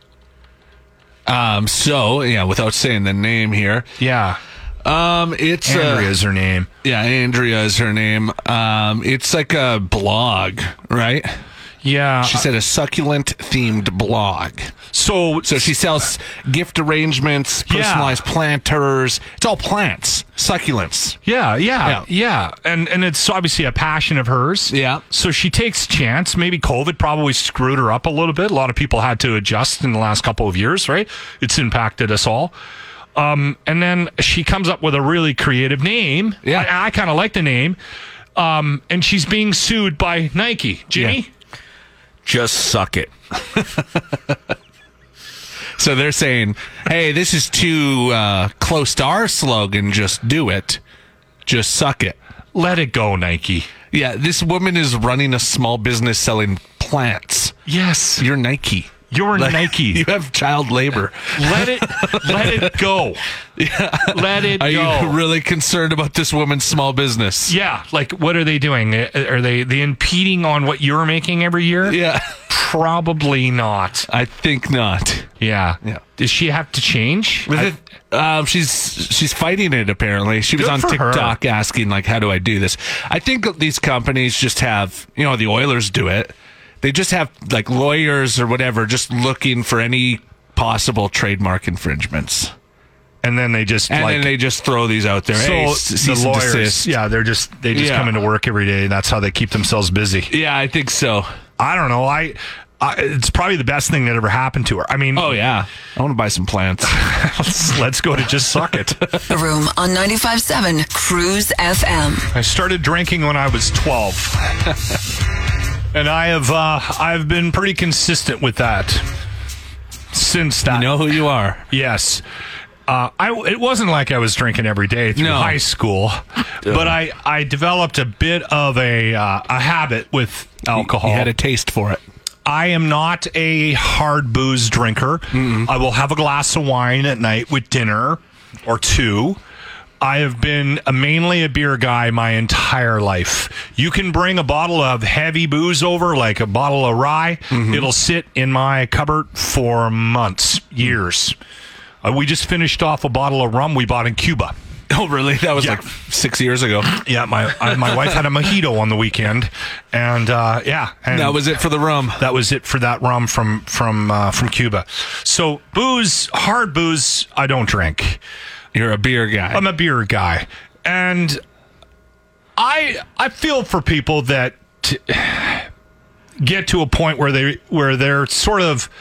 Speaker 6: Um so, yeah, without saying the name here.
Speaker 5: Yeah,
Speaker 6: Um it's uh,
Speaker 5: Andrea is her name.
Speaker 6: Yeah, Andrea is her name. Um, it's like a blog, right?
Speaker 5: Yeah.
Speaker 6: She said a succulent themed blog.
Speaker 5: so
Speaker 6: So she sells gift arrangements,
Speaker 5: Yeah.
Speaker 6: personalized planters. It's all plants, succulents.
Speaker 5: Yeah, yeah,
Speaker 6: Yeah.
Speaker 5: yeah, and and it's obviously a passion of hers.
Speaker 6: Yeah.
Speaker 5: So she takes chance. Maybe COVID probably screwed her up a little bit. A lot of people had to adjust in the last couple of years, right? It's impacted us all. Um, and then she comes up with a really creative name.
Speaker 6: Yeah.
Speaker 5: I, I kind of like the name. Um, and she's being sued by Nike. Jimmy,
Speaker 7: just suck it.
Speaker 6: So they're saying, hey, this is too uh, close to our slogan. Just do it. Just suck it.
Speaker 5: let it go, Nike.
Speaker 6: Yeah, this woman is running a small business selling plants.
Speaker 5: Yes,
Speaker 6: You're Nike.
Speaker 5: you're
Speaker 6: Like,
Speaker 5: Nike.
Speaker 6: You have child labor.
Speaker 5: let it, let it go. Let it
Speaker 6: Are
Speaker 5: go.
Speaker 6: you really concerned about this woman's small business?
Speaker 5: Yeah, like what are they doing? Uh, Are they they impeding on what you're making every year?
Speaker 6: Yeah.
Speaker 5: Probably not.
Speaker 6: I think not.
Speaker 5: Yeah.
Speaker 6: Yeah.
Speaker 5: Does she have to change?
Speaker 6: With
Speaker 5: I-
Speaker 6: it, um, she's she's fighting it. Apparently, she was
Speaker 5: Good
Speaker 6: on
Speaker 5: for her.
Speaker 6: TikTok asking like, "How do I do this?" I think these companies just have you know the Oilers do it. They just have like lawyers or whatever, just looking for any possible trademark infringements,
Speaker 5: and then they just
Speaker 6: and
Speaker 5: like
Speaker 6: then they just throw these out there. Hey, s-
Speaker 5: so
Speaker 6: cease
Speaker 5: the
Speaker 6: and
Speaker 5: lawyers.
Speaker 6: desist.
Speaker 5: Yeah, they're just they just
Speaker 6: Yeah.
Speaker 5: come into work every day. And that's how they keep themselves busy.
Speaker 6: yeah, I think so.
Speaker 5: I don't know. I, I it's probably the best thing that ever happened to her. I mean,
Speaker 6: Oh yeah, I want to buy some plants.
Speaker 5: let's, let's go to just suck it.
Speaker 1: The room on 95.7 Cruise FM.
Speaker 5: I started drinking when I was 12. and I have uh, I've been pretty consistent with that since that.
Speaker 6: you know who you are.
Speaker 5: Yes. Uh, I, it wasn't like I was drinking every day through
Speaker 6: No.
Speaker 5: high school, but I, I developed a bit of a uh, a habit with alcohol.
Speaker 6: You had a taste for it.
Speaker 5: I am not a hard booze drinker. I will have a glass of wine at night with dinner or two. I have been a, mainly a beer guy my entire life. You can bring a bottle of heavy booze over, like a bottle of rye.
Speaker 6: Mm-hmm.
Speaker 5: It'll sit in my cupboard for months,
Speaker 6: Mm.
Speaker 5: years. Uh, we just finished off a bottle of rum we bought in Cuba.
Speaker 6: Oh, really? That was
Speaker 5: Yeah.
Speaker 6: like six years ago.
Speaker 5: Yeah, my I, my wife had a mojito on the weekend, and uh, yeah, and
Speaker 6: That was it for the rum.
Speaker 5: That was it for that rum from from uh, from Cuba. So booze, hard booze, I don't drink.
Speaker 6: You're a beer guy.
Speaker 5: I'm a beer guy, and I I feel for people that t- get to a point where they where they're sort of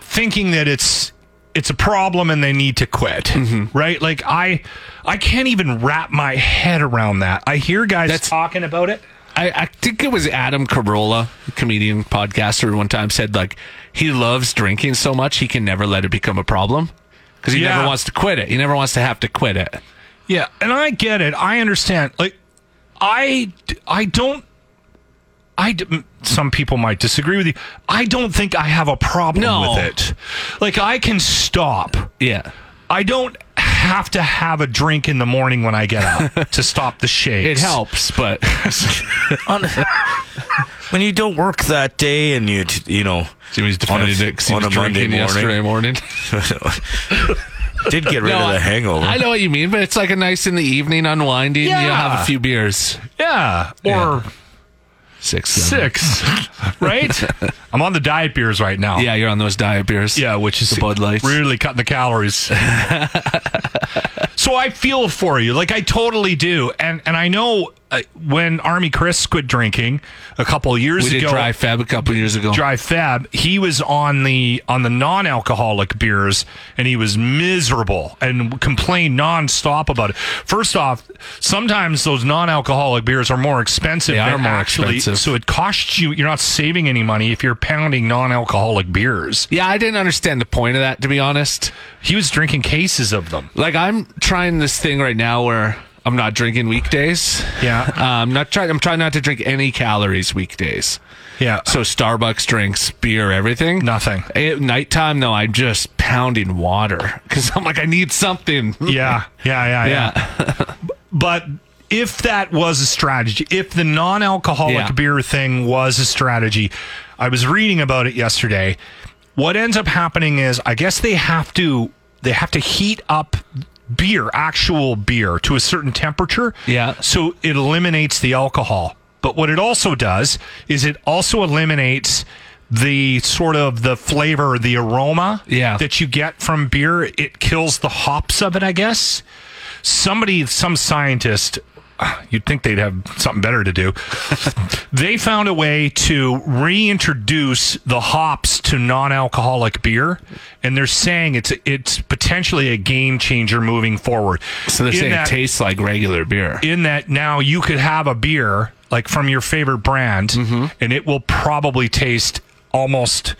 Speaker 5: thinking that it's it's a problem and they need to quit, right? Like I I can't even wrap my head around that. I hear guys
Speaker 6: That's-
Speaker 5: talking about it.
Speaker 6: I, I think it was Adam Carolla, comedian podcaster, one time said like he loves drinking so much he can never let it become a problem because he
Speaker 5: Yeah.
Speaker 6: never wants to quit it. He never wants to have to quit it.
Speaker 5: Yeah, and I get it. I understand. Like, I I don't. I d- some people might disagree with you. I don't think I have a problem
Speaker 6: No.
Speaker 5: with it. Like I can stop.
Speaker 6: Yeah,
Speaker 5: I don't have to have a drink in the morning when I get up to stop the
Speaker 6: it
Speaker 5: shakes.
Speaker 6: helps, but
Speaker 7: on, when you don't work that day and you t- you know
Speaker 6: Jimmy's
Speaker 7: on a,
Speaker 6: defended it 'cause he
Speaker 7: on
Speaker 6: was
Speaker 7: a Monday
Speaker 6: drinking yesterday
Speaker 7: morning
Speaker 6: morning.
Speaker 7: did get rid of
Speaker 6: I-
Speaker 7: the hangover.
Speaker 6: I know what you mean, but it's like a nice in the evening unwinding. You'll have
Speaker 5: Yeah.
Speaker 6: a few beers,
Speaker 5: Yeah, or
Speaker 6: Yeah. six, seven.
Speaker 5: six, right? I'm on the diet beers right now.
Speaker 6: Yeah, you're on those diet beers.
Speaker 5: Yeah, which is
Speaker 6: The Bud Lights.
Speaker 5: Really cutting the calories. so I feel for you. Like I totally do. And and I know uh, when Army Chris quit drinking a couple of years
Speaker 6: we did
Speaker 5: ago,
Speaker 6: dry fab a couple years ago.
Speaker 5: Dry Fab, he was on the on the non-alcoholic beers, and he was miserable and complained nonstop about it. First off, sometimes those non-alcoholic beers are more expensive.
Speaker 6: They are
Speaker 5: than
Speaker 6: more
Speaker 5: actually,
Speaker 6: expensive.
Speaker 5: so it costs you. You're not saving any money if you're pounding non-alcoholic beers.
Speaker 6: Yeah, I didn't understand the point of that to be honest.
Speaker 5: He was drinking cases of them.
Speaker 6: like I'm trying this thing right now where I'm not drinking weekdays.
Speaker 5: Yeah.
Speaker 6: Um, not trying. I'm trying not to drink any calories weekdays.
Speaker 5: Yeah.
Speaker 6: So Starbucks drinks, beer, everything.
Speaker 5: Nothing.
Speaker 6: At nighttime though, I'm just pounding water because I'm like I need something.
Speaker 5: yeah, yeah, yeah, yeah.
Speaker 6: Yeah.
Speaker 5: But if that was a strategy, if the non alcoholic
Speaker 6: Yeah.
Speaker 5: beer thing was a strategy, I was reading about it yesterday. What ends up happening is I guess they have to they have to heat up beer, actual beer, to a certain temperature.
Speaker 6: Yeah.
Speaker 5: So it eliminates the alcohol. But what it also does is it also eliminates the sort of the flavor, the aroma
Speaker 6: Yeah.
Speaker 5: that you get from beer. It kills the hops of it, I guess somebody, some scientist, you'd think they'd have something better to do. they found a way to reintroduce the hops to non-alcoholic beer, and they're saying it's it's potentially a game changer moving forward.
Speaker 6: So they're
Speaker 5: In
Speaker 6: saying
Speaker 5: that-
Speaker 6: it tastes like regular beer.
Speaker 5: in that now you could have a beer like from your favorite brand and it will probably taste almost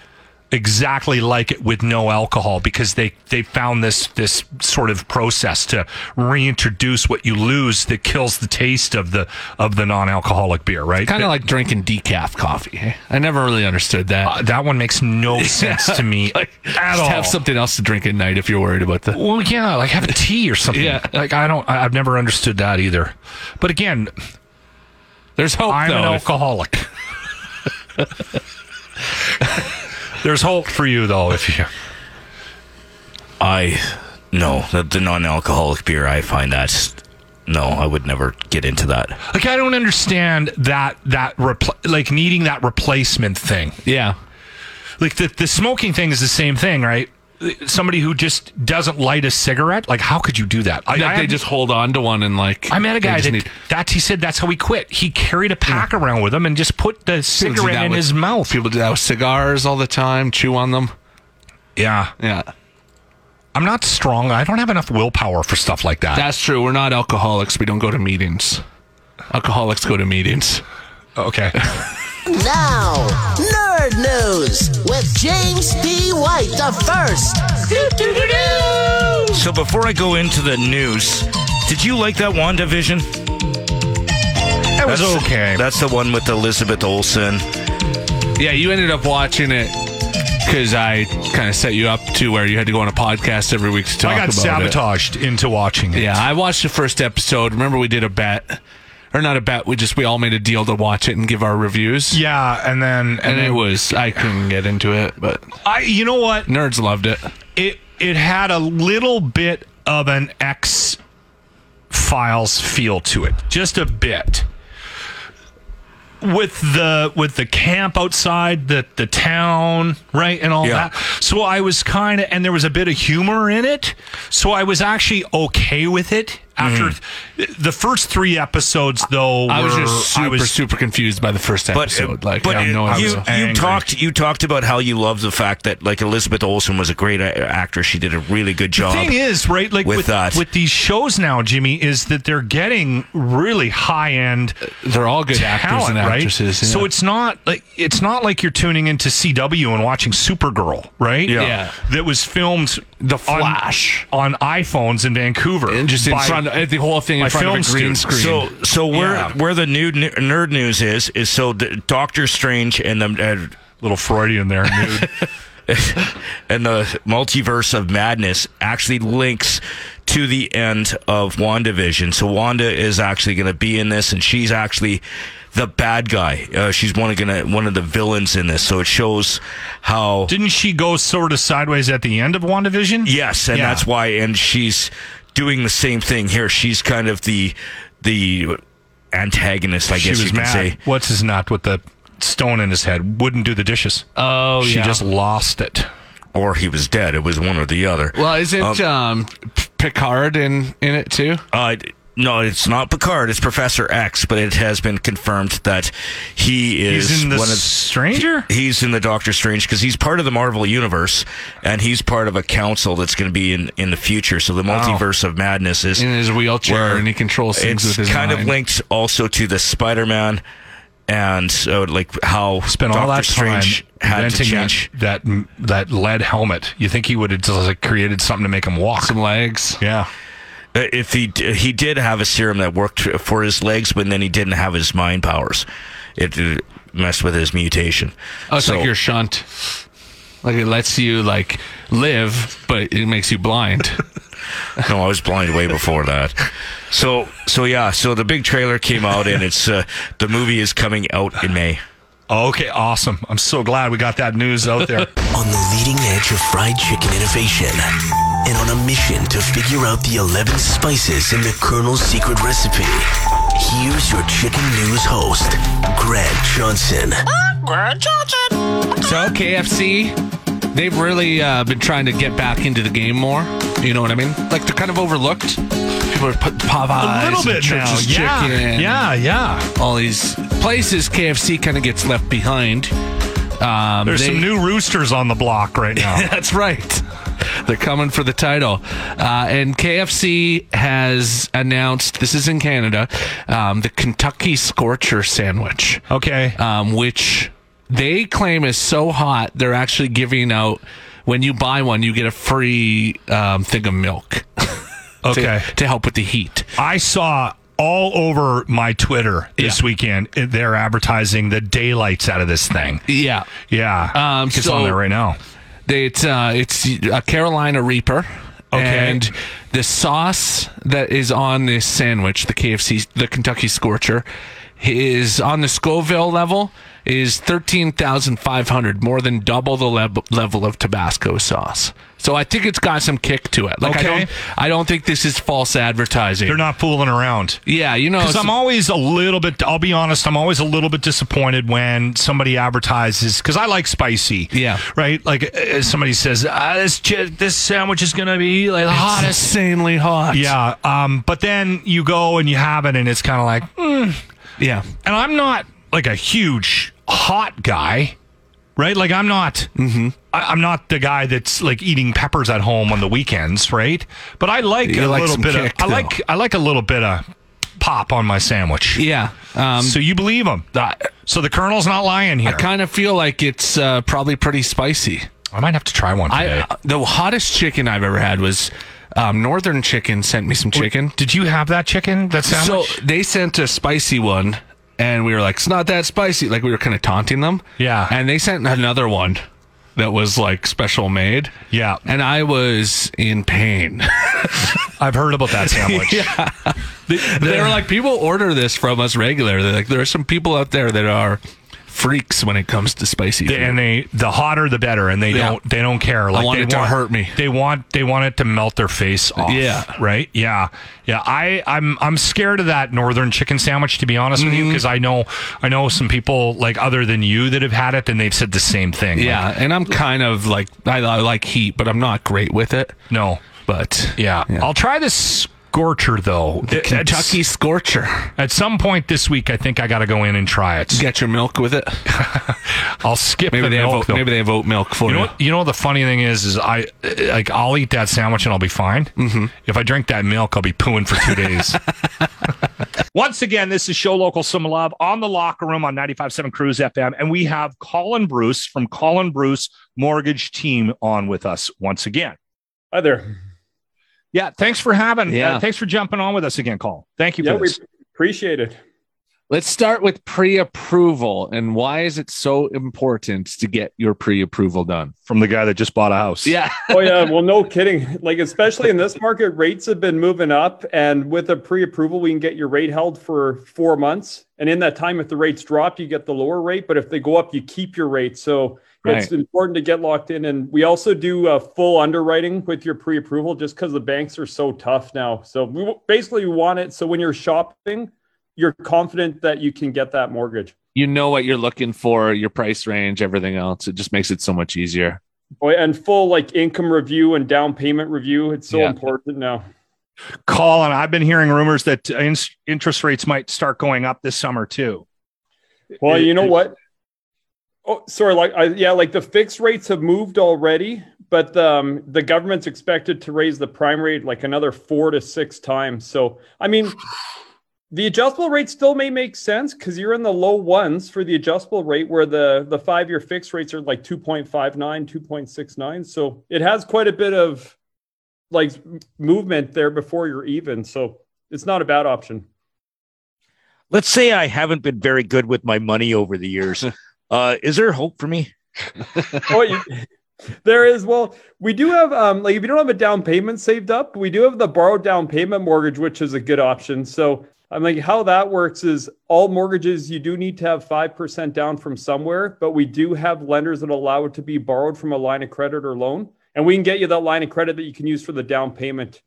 Speaker 5: exactly like it with no alcohol because they they found this this sort of process to reintroduce what you lose that kills the taste of the of the non-alcoholic beer right
Speaker 6: Kind of like drinking decaf coffee. eh? I never really understood that.
Speaker 5: Uh, that one makes no sense to me at
Speaker 6: just
Speaker 5: all
Speaker 6: have something else to drink at night if you're worried about the.
Speaker 5: Well, yeah, like have a tea or something.
Speaker 6: Yeah.
Speaker 5: like I don't, I, I've never understood that either. But again,
Speaker 6: There's hope
Speaker 5: I'm
Speaker 6: though.
Speaker 5: an
Speaker 6: if-
Speaker 5: alcoholic. There's hope for you though, if you.
Speaker 7: I no the, the non-alcoholic beer. I find that's no. I would never get into that.
Speaker 5: Like I don't understand that that repl- like needing that replacement thing.
Speaker 6: yeah.
Speaker 5: Like the the smoking thing is the same thing, right? Somebody who just doesn't light a cigarette, like how could you do that? I,
Speaker 6: That
Speaker 5: I
Speaker 6: they just hold on to one and like.
Speaker 5: I met a
Speaker 6: they
Speaker 5: guy
Speaker 6: just
Speaker 5: that
Speaker 6: need-
Speaker 5: that's he said that's how he quit. He carried a pack around with him and just put the
Speaker 6: People do
Speaker 5: cigarette
Speaker 6: that
Speaker 5: in
Speaker 6: with-
Speaker 5: his mouth.
Speaker 6: People do that with cigars all the time, chew on them.
Speaker 5: Yeah,
Speaker 6: Yeah.
Speaker 5: I'm not strong. I don't have enough willpower for stuff like that.
Speaker 6: That's true. We're not alcoholics. We don't go to meetings. Alcoholics go to meetings.
Speaker 5: okay.
Speaker 11: Now, Nerd News with James D. White the First.
Speaker 7: So before I go into the news, did you like that WandaVision? That
Speaker 6: was
Speaker 7: okay. That's the one with Elizabeth Olsen.
Speaker 6: Yeah, you ended up watching it because I kind of set you up to where you had to go on a podcast every week to talk
Speaker 5: I
Speaker 6: about
Speaker 5: got sabotaged into watching
Speaker 6: it.
Speaker 5: it.
Speaker 6: Yeah, I watched the first episode. Remember, we did a bet, or not a bet. We just we all made a deal to watch it and give our reviews.
Speaker 5: Yeah, and then and,
Speaker 6: it was I couldn't get into it, but
Speaker 5: I you know what
Speaker 6: nerds loved it.
Speaker 5: It it had a little bit of an X Files feel to it, just a bit. With the with the camp outside the the town, right, and all
Speaker 7: Yeah.
Speaker 5: that. So I was kind of, and there was a bit of humor in it. So I was actually okay with it. After th- the first three episodes, though,
Speaker 6: Mm. I was
Speaker 5: were-
Speaker 6: just super
Speaker 5: I was
Speaker 6: super confused by the first
Speaker 7: But, uh,
Speaker 6: episode. like,
Speaker 7: but
Speaker 6: I know I
Speaker 7: you,
Speaker 6: was
Speaker 7: you talked you talked about how you love the fact that like Elizabeth Olsen was a great a- actress. She did a really good job.
Speaker 5: The thing is, right, like
Speaker 7: with
Speaker 5: with
Speaker 7: that.
Speaker 5: with these shows now, Jimmy, is that they're getting really high end.
Speaker 6: They're all good actors and actresses, yeah.
Speaker 5: So it's not like it's not like you're tuning into CW and watching Supergirl, right?
Speaker 6: Yeah. Yeah.
Speaker 5: That was filmed the
Speaker 6: Flash
Speaker 5: on, iPhones in Vancouver,
Speaker 6: And just in front of- the whole thing in
Speaker 5: by
Speaker 6: front of a
Speaker 5: film
Speaker 6: green
Speaker 5: students.
Speaker 6: screen.
Speaker 7: So, so where
Speaker 5: Yeah.
Speaker 7: where the new n- nerd news is is so the Doctor Strange and the uh,
Speaker 5: little Freudian there, dude.
Speaker 7: and the multiverse of madness actually links to the end of WandaVision. So Wanda is actually going to be in this, and she's actually the bad guy. Uh, she's one of gonna one of the villains in this. So it shows how
Speaker 5: Didn't she go sort of sideways at the end of WandaVision?
Speaker 7: Yes, and
Speaker 5: Yeah.
Speaker 7: that's why. And she's doing the same thing here. She's kind of the the antagonist, I
Speaker 5: she
Speaker 7: guess
Speaker 5: was
Speaker 7: you can
Speaker 5: mad.
Speaker 7: say.
Speaker 5: What's his not with the stone in his head? Wouldn't do the dishes.
Speaker 6: Oh
Speaker 5: she
Speaker 6: yeah.
Speaker 5: just lost it.
Speaker 7: Or he was dead. It was one or the other.
Speaker 6: well, isn't um, P- Picard in in it too?
Speaker 7: Uh, no, it's not Picard. It's Professor X, but it has been confirmed that he is
Speaker 5: He's in the
Speaker 7: one of
Speaker 5: Stranger?
Speaker 7: he- he's in the Doctor Strange because he's part of the Marvel universe, and he's part of a council that's going to be in in the future. So the multiverse of madness is
Speaker 6: In his wheelchair
Speaker 7: where
Speaker 6: and he controls things
Speaker 7: it's
Speaker 6: with his
Speaker 7: kind of
Speaker 6: mind.
Speaker 7: linked also to the Spider-Man and uh, like how
Speaker 5: spent
Speaker 7: Doctor
Speaker 5: all that
Speaker 7: Strange
Speaker 5: time
Speaker 7: had to
Speaker 5: inventing
Speaker 7: change.
Speaker 5: that that that lead helmet. You think he would have just like created something to make him walk?
Speaker 6: Some legs.
Speaker 5: Yeah.
Speaker 7: Uh, If he d- he did have a serum that worked for his legs, but then he didn't have his mind powers, it uh, messed with his mutation.
Speaker 6: Oh, it's
Speaker 7: So-
Speaker 6: like your shunt. Like it lets you like live, but it makes you blind.
Speaker 7: no, I was blind way before that. So so yeah, so the big trailer came out, and it's uh, the movie is coming out in May.
Speaker 5: Okay, awesome. I'm so glad we got that news out there.
Speaker 2: On the leading edge of fried chicken innovation and on a mission to figure out the 11 spices in the Colonel's secret recipe, here's your chicken news host, Grant Johnson.
Speaker 6: so KFC, they've really uh, been trying to get back into the game more. You know what I mean? Like they're kind of overlooked. People are putting Popeyes,
Speaker 5: a little bit
Speaker 6: and
Speaker 5: now.
Speaker 6: Church's
Speaker 5: Yeah,
Speaker 6: Chicken,
Speaker 5: yeah, yeah.
Speaker 6: All these places, KFC kind of gets left behind. Um,
Speaker 5: There's
Speaker 6: they-
Speaker 5: some new roosters on the block right now.
Speaker 6: That's right. They're coming for the title. Uh, and KFC has announced this is in Canada um, the Kentucky Scorcher sandwich,
Speaker 5: Okay.
Speaker 6: um, which they claim is so hot, they're actually giving out when you buy one, you get a free um, thing of milk
Speaker 5: Okay.
Speaker 6: to, to help with the heat.
Speaker 5: I saw all over my Twitter this
Speaker 6: Yeah.
Speaker 5: weekend eh, they're advertising the daylights out of this thing.
Speaker 6: Yeah.
Speaker 5: Yeah.
Speaker 6: Um,
Speaker 5: it's
Speaker 6: so-
Speaker 5: on there right now.
Speaker 6: They, it's uh, it's a Carolina Reaper.
Speaker 5: Okay.
Speaker 6: And the sauce that is on this sandwich, the KFC, the Kentucky Scorcher, is on the Scoville level is thirteen thousand five hundred, more than double the leb- level of Tabasco sauce. So I think it's got some kick to it. Like
Speaker 5: Okay.
Speaker 6: I don't, I don't think this is false advertising.
Speaker 5: They're not fooling around.
Speaker 6: Yeah, you know,
Speaker 5: Because
Speaker 6: it's-
Speaker 5: I'm always a little bit, I'll be honest, I'm always a little bit disappointed when somebody advertises, because I like spicy.
Speaker 6: Yeah.
Speaker 5: Right? Like uh, somebody says, ah, this, chi- this sandwich is going to be like the
Speaker 6: It's
Speaker 5: hottest.
Speaker 6: insanely hot.
Speaker 5: Yeah. Um, but then you go and you have it, and it's kind of like, mm.
Speaker 6: yeah.
Speaker 5: and I'm not like a huge hot guy. Right, like I'm not, I, I'm not the guy that's like eating peppers at home on the weekends, right? But I like a
Speaker 6: You like
Speaker 5: little
Speaker 6: some
Speaker 5: bit
Speaker 6: kick,
Speaker 5: of, I
Speaker 6: though.
Speaker 5: like, I like a little bit of pop on my sandwich.
Speaker 6: Yeah. Um,
Speaker 5: So you believe him? So the colonel's not lying
Speaker 6: I
Speaker 5: here.
Speaker 6: kind of feel like it's uh, probably pretty spicy. uh,
Speaker 5: I might have to try one today.
Speaker 6: I the hottest chicken I've ever had was Um, Northern Chicken sent me some chicken.
Speaker 5: Did you have that chicken? That sandwich?
Speaker 6: So they sent a spicy one, and we were like, "It's not that spicy." Like we were kind of taunting them.
Speaker 5: Yeah.
Speaker 6: And they sent another one that was like special made.
Speaker 5: Yeah.
Speaker 6: And I was in pain.
Speaker 5: I've heard about that sandwich.
Speaker 6: yeah. They, they were like, people order this from us regular. They're like, there are some people out there that are freaks when it comes to spicy.
Speaker 5: They-
Speaker 6: food.
Speaker 5: and they the hotter the better, and they
Speaker 6: Yeah.
Speaker 5: don't they don't care. Like
Speaker 6: want
Speaker 5: they
Speaker 6: it to hurt me.
Speaker 5: They want they want it to melt their face off.
Speaker 6: Yeah.
Speaker 5: right. Yeah, yeah. I I'm I'm scared of that northern chicken sandwich to be honest with
Speaker 6: Mm-hmm.
Speaker 5: you because I know I know some people like other than you that have had it and they've said the same thing. Like,
Speaker 6: yeah. And I'm kind of like, I, I like heat, but I'm not great with it.
Speaker 5: no.
Speaker 6: But
Speaker 5: Yeah.
Speaker 6: Yeah.
Speaker 5: I'll try the scorcher though.
Speaker 6: the
Speaker 5: It- it's-
Speaker 6: Kentucky Scorcher.
Speaker 5: At some point this week, I think I got to go in and try it.
Speaker 6: Get your milk with it.
Speaker 5: I'll skip
Speaker 6: Maybe
Speaker 5: the
Speaker 6: they
Speaker 5: milk
Speaker 6: have
Speaker 5: though.
Speaker 6: oat, maybe they have oat milk for
Speaker 5: You
Speaker 6: you.
Speaker 5: know, what, you know what the funny thing is, is I like I'll eat that sandwich and I'll be fine. Mm-hmm. If I drink that milk, I'll be pooing for two days. Once again, this is Show Local Some Love on the locker room on 95.7 Cruise FM, and we have Colin Bruce from Colin Bruce Mortgage Team on with us once again.
Speaker 12: Hi there.
Speaker 5: Yeah, thanks for having.
Speaker 12: Yeah.
Speaker 5: uh, thanks for jumping on with us again, Colin. Thank you.
Speaker 12: Yeah,
Speaker 5: for
Speaker 12: we
Speaker 5: this.
Speaker 12: appreciate it.
Speaker 6: Let's start with pre-approval and why is it so important to get your pre-approval done
Speaker 5: from the guy that just bought a house?
Speaker 6: Yeah.
Speaker 12: oh yeah, well, no kidding. Like especially in this market, rates have been moving up, and with a pre-approval, we can get your rate held for four months. And in that time, if the rates drop, you get the lower rate. But if they go up, you keep your rate. So it's
Speaker 6: Right.
Speaker 12: important to get locked in. And we also do uh, full underwriting with your pre-approval, just because the banks are so tough now. So we w- basically want it so when you're shopping, you're confident that you can get that mortgage.
Speaker 6: You know what you're looking for, your price range, everything else. It just makes it so much easier.
Speaker 12: Oh, and full like income review and down payment review. It's so
Speaker 5: Yeah.
Speaker 12: important now.
Speaker 5: Colin, I've been hearing rumors that uh, in- interest rates might start going up this summer too.
Speaker 12: Well,
Speaker 5: It-
Speaker 12: you know
Speaker 5: it-
Speaker 12: what? Oh, sorry. Like, I, yeah, like the fixed rates have moved already, but um, the government's expected to raise the prime rate like another four to six times. So, I mean, the adjustable rate still may make sense because you're in the low ones for the adjustable rate, where the the five year fixed rates are like 2.59, 2.69. So it has quite a bit of like movement there before you're even. So it's not a bad option.
Speaker 13: Let's say I haven't been very good with my money over the years. uh, is there hope for me?
Speaker 12: oh, you, there is. Well, we do have um like if you don't have a down payment saved up, we do have the borrowed down payment mortgage, which is a good option. So I'm like how that works is all mortgages you do need to have five percent down from somewhere, but we do have lenders that allow it to be borrowed from a line of credit or loan, and we can get you that line of credit that you can use for the down payment.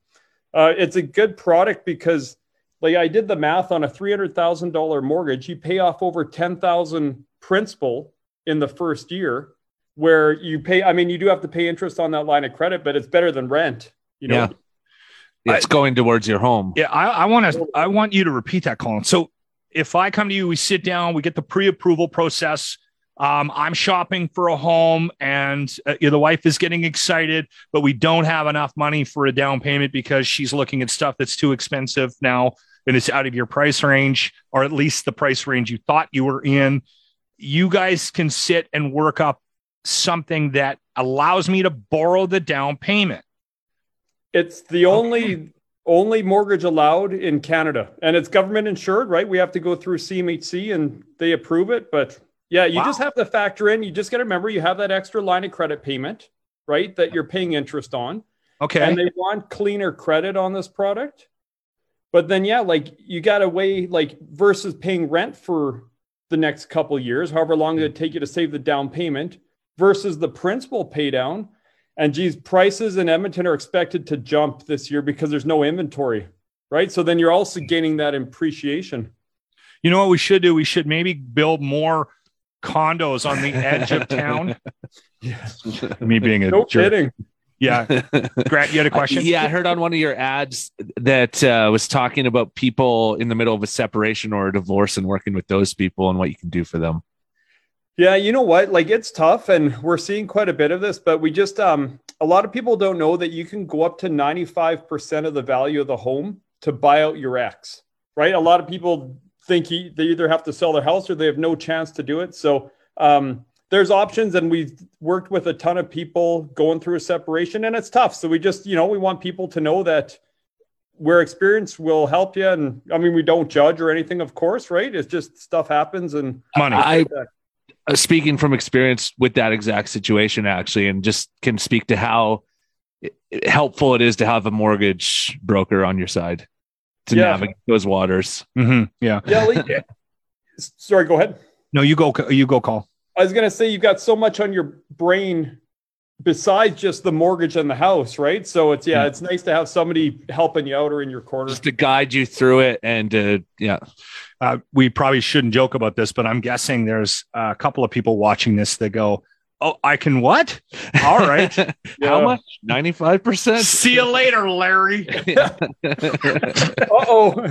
Speaker 12: Uh, it's a good product because like I did the math on a three hundred thousand dollar mortgage, you pay off over ten thousand principal in the first year, where you pay. I mean, you do have to pay interest on that line of credit, but it's better than rent. You know,
Speaker 6: Yeah. It's going towards your home.
Speaker 5: Yeah, I, I want to. I want you to repeat that, Colin. So, if I come to you, we sit down, we get the pre-approval process. Um, I'm shopping for a home, and uh, you know, the wife is getting excited, but we don't have enough money for a down payment because she's looking at stuff that's too expensive now, and it's out of your price range, or at least the price range you thought you were in. You guys can sit and work up something that allows me to borrow the down payment.
Speaker 12: It's the only only mortgage allowed in Canada, and it's government insured, right? We have to go through CMHC, and they approve it. But yeah, you just have to factor in. You just got to remember you have that extra line of credit payment, right? That you're paying interest on.
Speaker 5: Okay.
Speaker 12: And they want cleaner credit on this product. But then, yeah, like you got to weigh like versus paying rent for the next couple years, however long it would take you to save the down payment versus the principal pay down. And geez, prices in Edmonton are expected to jump this year because there's no inventory, right? So then you're also gaining that appreciation.
Speaker 5: You know what we should do? We should maybe build more condos on the edge of town. Me being a
Speaker 12: no
Speaker 5: jerk.
Speaker 12: kidding.
Speaker 5: Yeah. Grant, you had a question?
Speaker 6: yeah, I heard on one of your ads that uh, was talking about people in the middle of a separation or a divorce and working with those people and what you can do for them.
Speaker 12: Yeah, you know what? Like it's tough and we're seeing quite a bit of this, but we just um a lot of people don't know that you can go up to 95% of the value of the home to buy out your ex. Right? A e, lot of people think he, they either have to sell their house or they have no chance to do it. So, um there's options and we've worked with a ton of people going through a separation and it's tough. So we just, you know, we want people to know that where experience will help you. And I mean, we don't judge or anything, of course, right? It's just stuff happens and
Speaker 6: money. I, uh, speaking from experience with that exact situation, actually, and just can speak to how i- helpful it is to have a mortgage broker on your side to
Speaker 12: Yeah.
Speaker 6: navigate those waters.
Speaker 5: Mm-hmm. Yeah.
Speaker 12: Yeah, Lee, sorry, go ahead.
Speaker 5: No, you go. You go. Call.
Speaker 12: I was gonna say you've got so much on your brain besides just the mortgage and the house, right? So it's
Speaker 6: Hmm.
Speaker 12: yeah, it's nice to have somebody helping you out or in your corner.
Speaker 6: to guide you through it and uh, yeah
Speaker 5: uh, we probably shouldn't joke about this but i'm guessing there's a couple of people watching this that go oh i can what all right
Speaker 6: how much 95%
Speaker 5: see you later larry
Speaker 12: uh-oh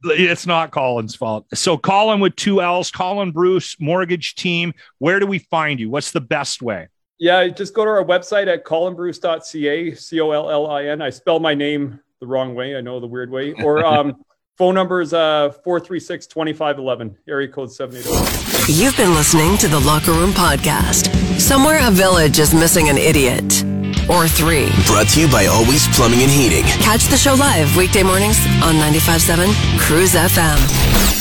Speaker 6: Uh,
Speaker 5: it's not colin's fault so colin with two l's colin bruce mortgage team where do we find you what's the best way
Speaker 12: Yeah, just go to our website at colinbruce.ca, C O L L I N. I spell my name the wrong way. I know the weird way. Or um, phone number is uh, 436 2511, area code oh. 780.
Speaker 1: You've been listening to the Locker Room Podcast. Somewhere a village is missing an idiot or three.
Speaker 2: Brought to you by Always Plumbing and Heating.
Speaker 1: Catch the show live weekday mornings on 95.7 Cruise FM.